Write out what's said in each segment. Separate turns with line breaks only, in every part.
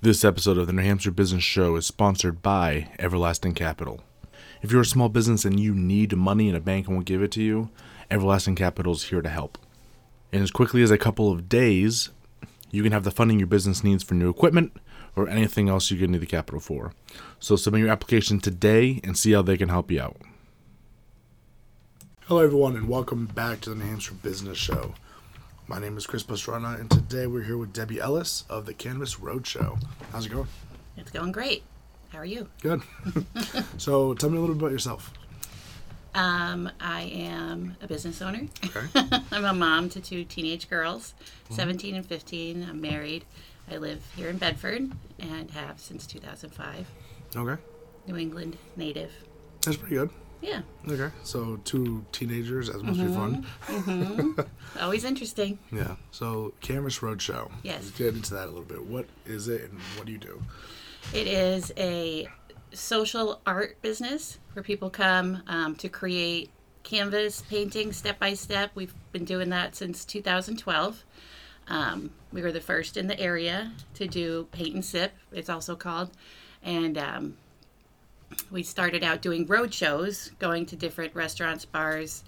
This episode of the New Hampshire Business Show is sponsored by Everlasting Capital. If you're a small business and you need money and a bank won't give it to you, Everlasting Capital is here to help. In as quickly as a couple of days, you can have the funding your business needs for new equipment or anything else you're going to need the capital for. So submit your application today and see how they can help you out. Hello, everyone, and welcome back to the New Hampshire Business Show. My name is Chris Pastrana, and today we're here with Debbie Ellis of the Canvas Roadshow. How's it going?
It's going great. How are you?
Good. so tell me a little bit about yourself.
Um, I am a business owner.
Okay.
I'm a mom to two teenage girls, 17 and 15. I'm married. I live here in Bedford and have since 2005.
Okay.
New England native.
That's pretty good.
Yeah,
Okay. So two teenagers, as must be fun.
always interesting.
Yeah. So Canvas Roadshow.
Yes.
Let's get into that a little bit. What is it and what do you do?
It is a social art business where people come um, to create canvas painting step by step. We've been doing that since 2012. Um, we were the first in the area to do paint and sip, it's also called. And um, we started out doing road shows, going to different restaurants, bars,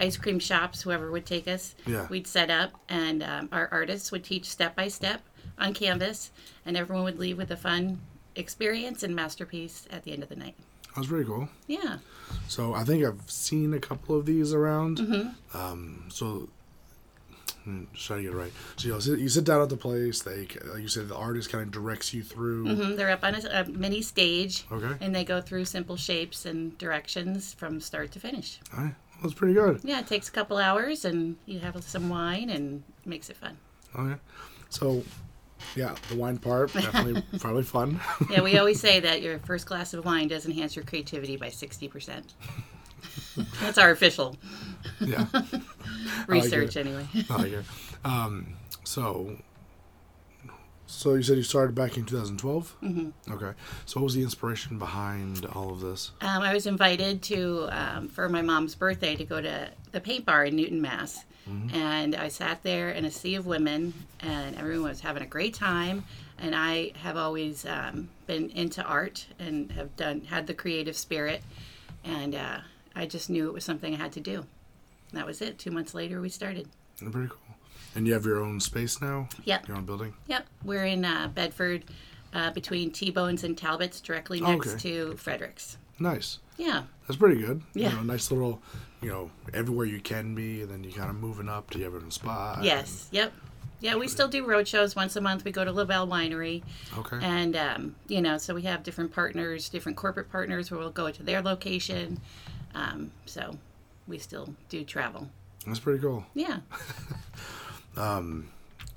ice cream shops, whoever would take us.
Yeah.
We'd set up, and um, our artists would teach step by step on canvas, and everyone would leave with a fun experience and masterpiece at the end of the night.
That was pretty cool.
Yeah.
So I think I've seen a couple of these around. Um, so mm, just trying to get it right. So you, know, sit- you sit down at the place. They, ca- like you said, the artist kind of directs you through.
Mhm, They're up on a, a mini stage,
Okay.
and they go through simple shapes and directions from start to finish.
All right. Well, that's pretty good.
Yeah, it takes a couple hours, and you have some wine, and makes it fun.
Okay. So, yeah, the wine part definitely probably fun.
Yeah, we always say that your first glass of wine does enhance your creativity by sixty percent. That's our official
yeah.
research, anyway.
I like it. Um, so, so you said you started back in 2012. Mm-hmm. Okay. So, what was the inspiration behind all of this?
Um, I was invited to um, for my mom's birthday to go to the paint bar in Newton, Mass. And I sat there in a sea of women, and everyone was having a great time. And I have always um, been into art and have done had the creative spirit, and uh, I just knew it was something I had to do. And that was it. Two months later, we started.
Pretty cool. And you have your own space now.
Yep.
Your own building.
Yep, we're in uh, Bedford, uh, between T Bones and Talbot's, directly next
okay.
to Fredericks.
Nice.
Yeah.
That's pretty good.
Yeah.
You know, nice little, you know, everywhere you can be, and then you kind of moving up to your own spot. and-
Yes. Yep. Yeah, we still do road shows once a month. We go to Lavelle Winery,
okay.
and um, you know, so we have different partners, different corporate partners, where we'll go to their location. Um, so we still do travel.
That's pretty cool.
Yeah.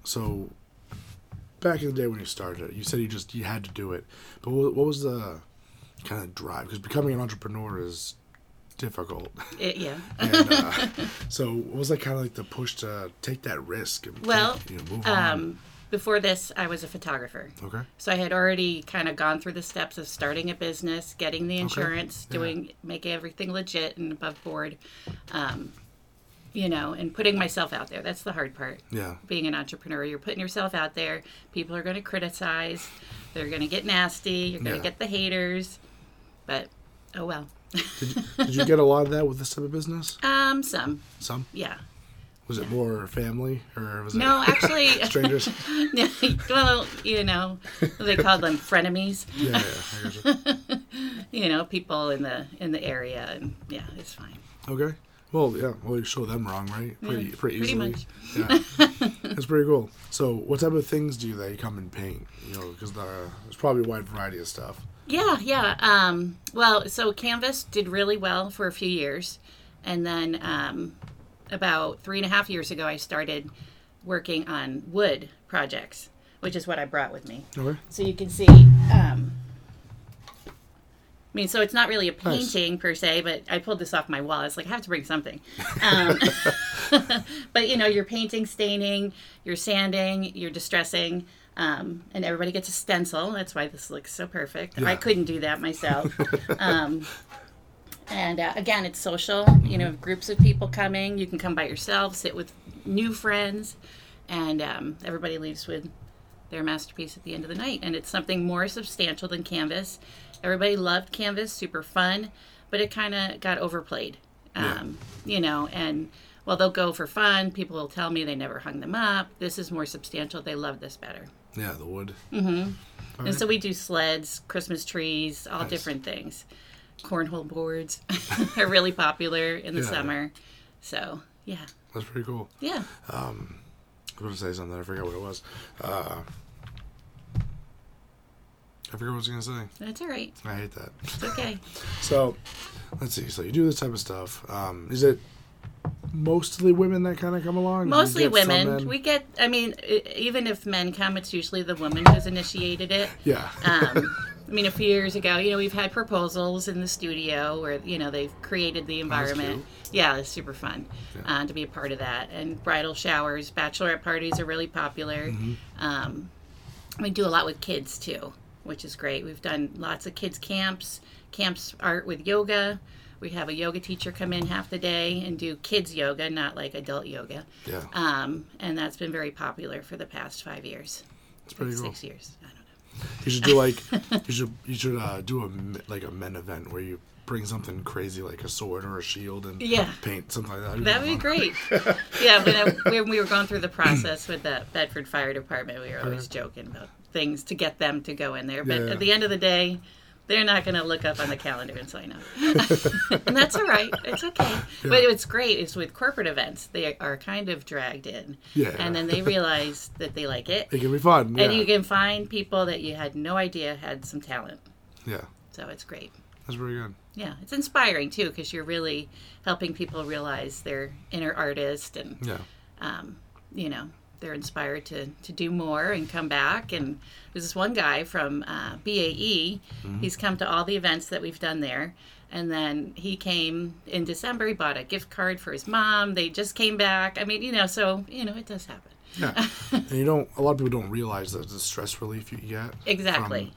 So, back in the day when you started, you said you just you had to do it. But what, what was the kind of drive? Because becoming an entrepreneur is difficult.
It, yeah.
and, uh, so, what was that kind of like the push to take that risk? And
Well,
take, you know, move on.
um, before this, I was a photographer.
Okay.
So I had already kind of gone through the steps of starting a business, getting the insurance,
Yeah.
doing making everything legit and above board, um, you know, and putting myself out there. That's the hard part.
Yeah.
Being an entrepreneur, you're putting yourself out there. People are going to criticize. They're going to get nasty. You're going to
Yeah.
get the haters. But oh well.
Did you get a lot of that with this type of business?
um, some,
Some
yeah.
was it more family or was
No,
it
actually,
strangers?
well, you know, they call them frenemies.
yeah, yeah, I gotcha.
You know, people in the in the area, and yeah, it's fine.
Okay. Well, yeah. Well, you show them wrong, right? Pretty,
Yeah,
pretty
pretty
easily.
much.
Yeah, that's pretty cool. So, what type of things do they come and paint? You know, because there's probably a wide variety of stuff.
Yeah, yeah. Um, well, so Canvas did really well for a few years. And then um, about three and a half years ago, I started working on wood projects, which is what I brought with me.
Okay.
So you can see. Um, I mean, so it's not really a
Nice.
painting per se, but I pulled this off my wall. It's like I have to bring something. Um, but you know, you're painting, staining, you're sanding, you're distressing, um, and everybody gets a stencil. That's why this looks so perfect.
Yeah.
I couldn't do that myself. um, and uh, again, it's social. You know, groups of people coming. You can come by yourself, sit with new friends, and um, everybody leaves with their masterpiece at the end of the night. And it's something more substantial than Canvas. Everybody loved Canvas, super fun, but it kind of got overplayed. Um, You know, and well, they'll go for fun. People will tell me they never hung them up. This is more substantial. They love this better.
Yeah, the wood.
And
Mm-hmm.
so we do sleds, Christmas trees, all different things. Cornhole boards are really popular in the
Yeah.
summer. So, yeah.
That's pretty cool.
Yeah.
I was going to say something. I forgot what it was. Uh, I forgot what I was going to say.
That's all right.
I hate that.
It's okay.
So, let's see. So you do this type of stuff. Um, is it mostly women that kind of come along? You
Mostly
get some
women.
men?
We get, I mean, e- even if men come, it's usually the woman who's initiated it.
yeah.
Um, I mean, a few years ago, you know, we've had proposals in the studio where, you know, they've created the environment. Yeah, it's super fun uh, to be a part of that. And bridal showers, bachelorette parties are really popular.
Mm-hmm.
Um, we do a lot with kids too, which is great. We've done lots of kids' camps, camps art with yoga. We have a yoga teacher come in half the day and do kids' yoga, not like adult yoga.
yeah.
Um, and that's been very popular for the past five years,
It's pretty cool.
six years. I don't know.
You should do like you should you should uh, do a me- like a men event where you bring something crazy like a sword or a shield and
Yeah.
paint something like that.
That would be great. yeah, when, I, when we were going through the process with the Bedford Fire Department, we were always joking about things to get them to go in there. But
Yeah.
at the end of the day, they're not going to look up on the calendar and sign up. and that's all right. It's okay. But what's great is with corporate events, they are kind of dragged in.
Yeah.
And then they realize that they like it.
It can be fun. Yeah.
And you can find people that you had no idea had some talent.
yeah.
So it's great.
That's pretty good.
Yeah, it's inspiring too because you're really helping people realize their inner artist and
Yeah.
um, you know they're inspired to to do more and come back and there's this one guy from uh, bae he's come to all the events that we've done there and then he came in december he bought a gift card for his mom they just came back i mean you know so you know it does happen
Yeah. and you don't a lot of people don't realize that the stress relief you get
Exactly.
from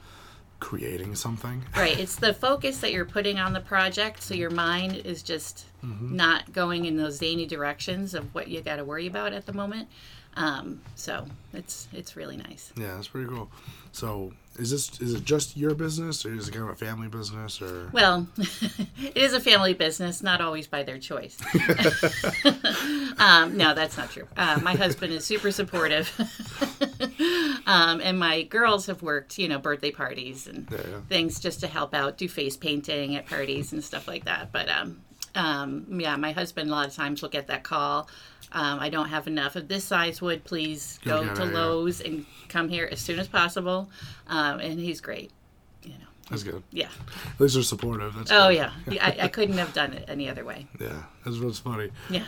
creating something.
right it's the focus that you're putting on the project so your mind is just not going in those zany directions of what you got to worry about at the moment um, so it's it's really nice
Yeah, that's pretty cool. So is this is it just your business or is it kind of a family business or
Well, it is a family business, not always by their choice. um, no, that's not true. Uh, my husband is super supportive, um, and my girls have worked, you know, birthday parties and
Yeah, yeah.
things just to help out, do face painting at parties and stuff like that. But um, um, yeah, my husband a lot of times will get that call. Um, I don't have enough of this size wood. Please
Go
go
get
to
it, yeah.
Lowe's and come here as soon as possible. Um, and he's great. You know,
that's good.
yeah.
At least they're supportive. That's
Oh
good.
yeah, Yeah, I, I couldn't have done it any other way.
Yeah. That's what's funny.
Yeah.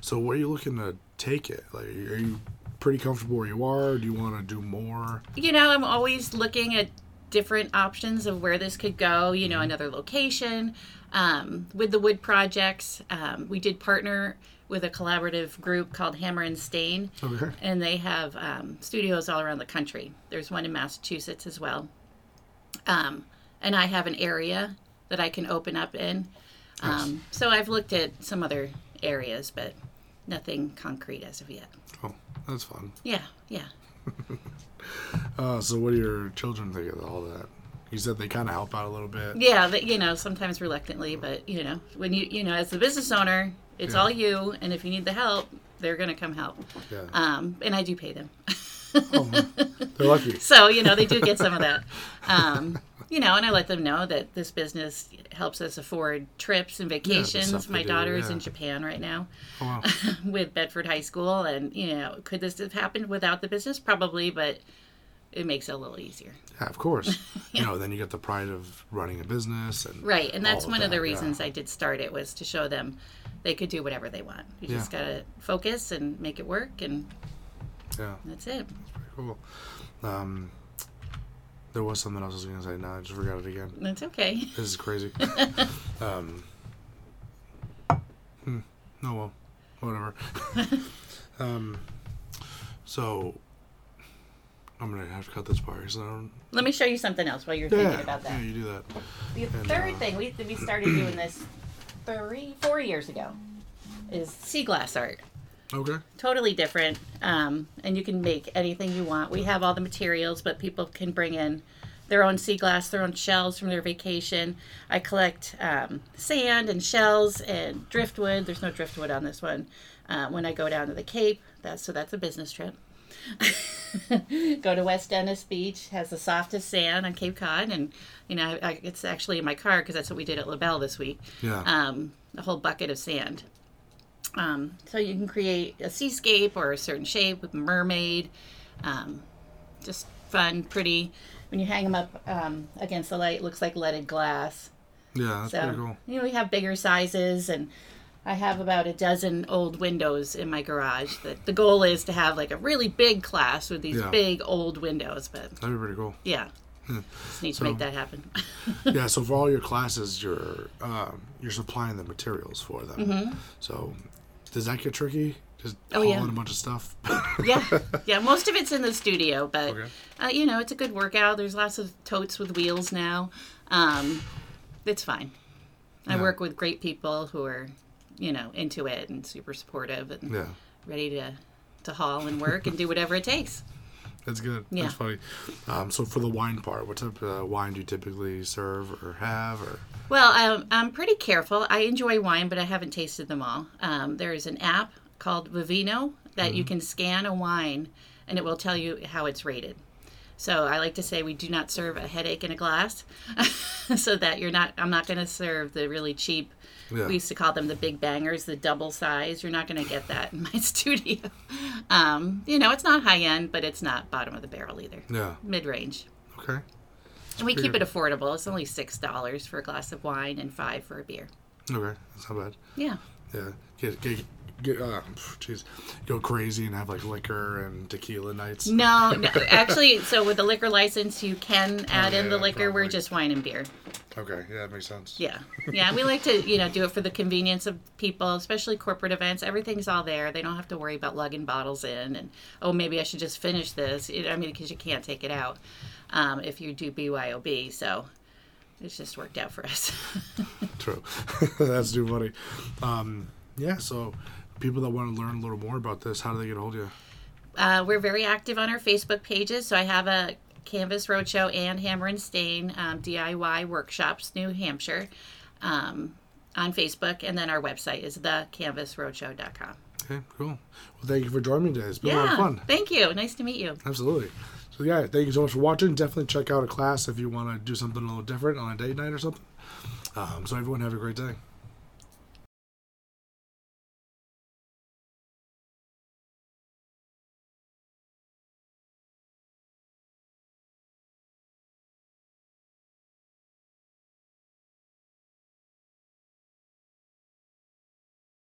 So where are you looking to take it? Like, are you pretty comfortable where you are? Do you want to do more?
you know, I'm always looking at different options of where this could go, you know, another location. Um, with the wood projects, um, we did partner with a collaborative group called Hammer and Stain,
Okay.
and they have um, studios all around the country. There's one in Massachusetts as well. Um, and I have an area that I can open up in. Um, so I've looked at some other areas, but nothing concrete as of yet.
Oh, that's fun.
Yeah, yeah.
Uh, so what do your children think of all that? You said they kind of help out a little bit.
Yeah, that you know, sometimes reluctantly, but you know, when you you know, as the business owner, it's
Yeah.
all you, and if you need the help, they're gonna come help.
Yeah.
Um, and I do pay them,
They're lucky.
so you know, they do get some of that. Um, you know, and I let them know that this business helps us afford trips and vacations.
stuff
My
they do,
daughter is
yeah.
in Japan right now
Oh, wow.
with Bedford High School, and you know, could this have happened without the business? Probably, but it makes it a little easier.
Yeah, of course. You know, then you get the pride of running a business and
Right, and that's
all
one of
that,
the
yeah.
reasons I did start it was to show them they could do whatever they want. You just gotta focus and make it work, and
Yeah,
that's it.
pretty cool. Um, there was something else I was gonna say. Now I just forgot it again.
That's okay.
This is crazy. um, hmm, no, well, whatever. um, so I'm gonna have to cut this part because I don't.
Let me show you something else while you're
Yeah,
thinking about
yeah,
that.
you do that.
The
And,
third
uh,
thing we we started doing this three four years ago is sea glass art.
Okay.
totally different um, and you can make anything you want we have all the materials but people can bring in their own sea glass their own shells from their vacation i collect um, sand and shells and driftwood there's no driftwood on this one uh, when i go down to the cape that's so that's a business trip go to west dennis beach has the softest sand on cape cod and you know I, I, it's actually in my car because that's what we did at labelle this week
Yeah.
um, a whole bucket of sand um, so you can create a seascape or a certain shape with mermaid. Um, just fun, pretty. When you hang them up um, against the light, it looks like leaded glass.
yeah, that's
So
pretty cool.
you know we have bigger sizes, and I have about a dozen old windows in my garage. That the goal is to have like a really big class with these
Yeah. Hmm.
big old windows. But
That'd be pretty cool.
yeah, just need to make that happen.
yeah. So for all your classes, you're um, you're supplying the materials for them. So does that get tricky? Just
Mm-hmm. Oh,
haul
yeah.
in a bunch of stuff.
yeah, yeah. Most of it's in the studio, but
Okay.
uh, you know, it's a good workout. There's lots of totes with wheels now. Um, it's fine. I
Yeah.
work with great people who are, you know, into it and super supportive and
yeah.
ready to to haul and work and do whatever it takes.
That's good.
Yeah.
That's funny. Um, so for the wine part, what type of uh, wine do you typically serve or have? Or
Well, I'm, I'm pretty careful. I enjoy wine, but I haven't tasted them all. Um, there is an app called Vivino that you can scan a wine and it will tell you how it's rated. So I like to say we do not serve a headache in a glass, so that you're not. I'm not going to serve the really cheap.
Yeah.
We used to call them the big bangers, the double size. You're not going to get that in my studio. Um, you know, it's not high end, but it's not bottom of the barrel either.
yeah.
Mid range.
Okay.
And we keep it affordable. It's only six dollars for a glass of wine and five for a beer.
Okay. That's not bad.
Yeah.
Yeah. Get get get. Uh, pff, Jeez. Go crazy and have like liquor and tequila nights.
No, no. Actually, so with the liquor license, you can add in the
Oh, yeah,
liquor. We're
probably.
just wine and beer.
Okay. Yeah, that makes sense.
Yeah, yeah. We like to, you know, do it for the convenience of people, especially corporate events. Everything's all there. They don't have to worry about lugging bottles in and oh, maybe I should just finish this. You know, I mean, because you can't take it out um, if you do BYOB. So it's just worked out for us.
True. That's too funny. Um, yeah, so people that want to learn a little more about this, how do they get a hold of you?
Uh, we're very active on our Facebook pages. So I have a Canvas Roadshow and Hammer and Stain um, DIY workshops, New Hampshire, um, on Facebook. And then our website is thecanvasroadshow.com.
Okay, cool. Well, thank you for joining me today. It's been a lot
Yeah.
of fun.
Thank you. Nice to meet you.
Absolutely. So, yeah, thank you so much for watching. Definitely check out a class if you want to do something a little different on a date night or something. Um, so, everyone, have a great day.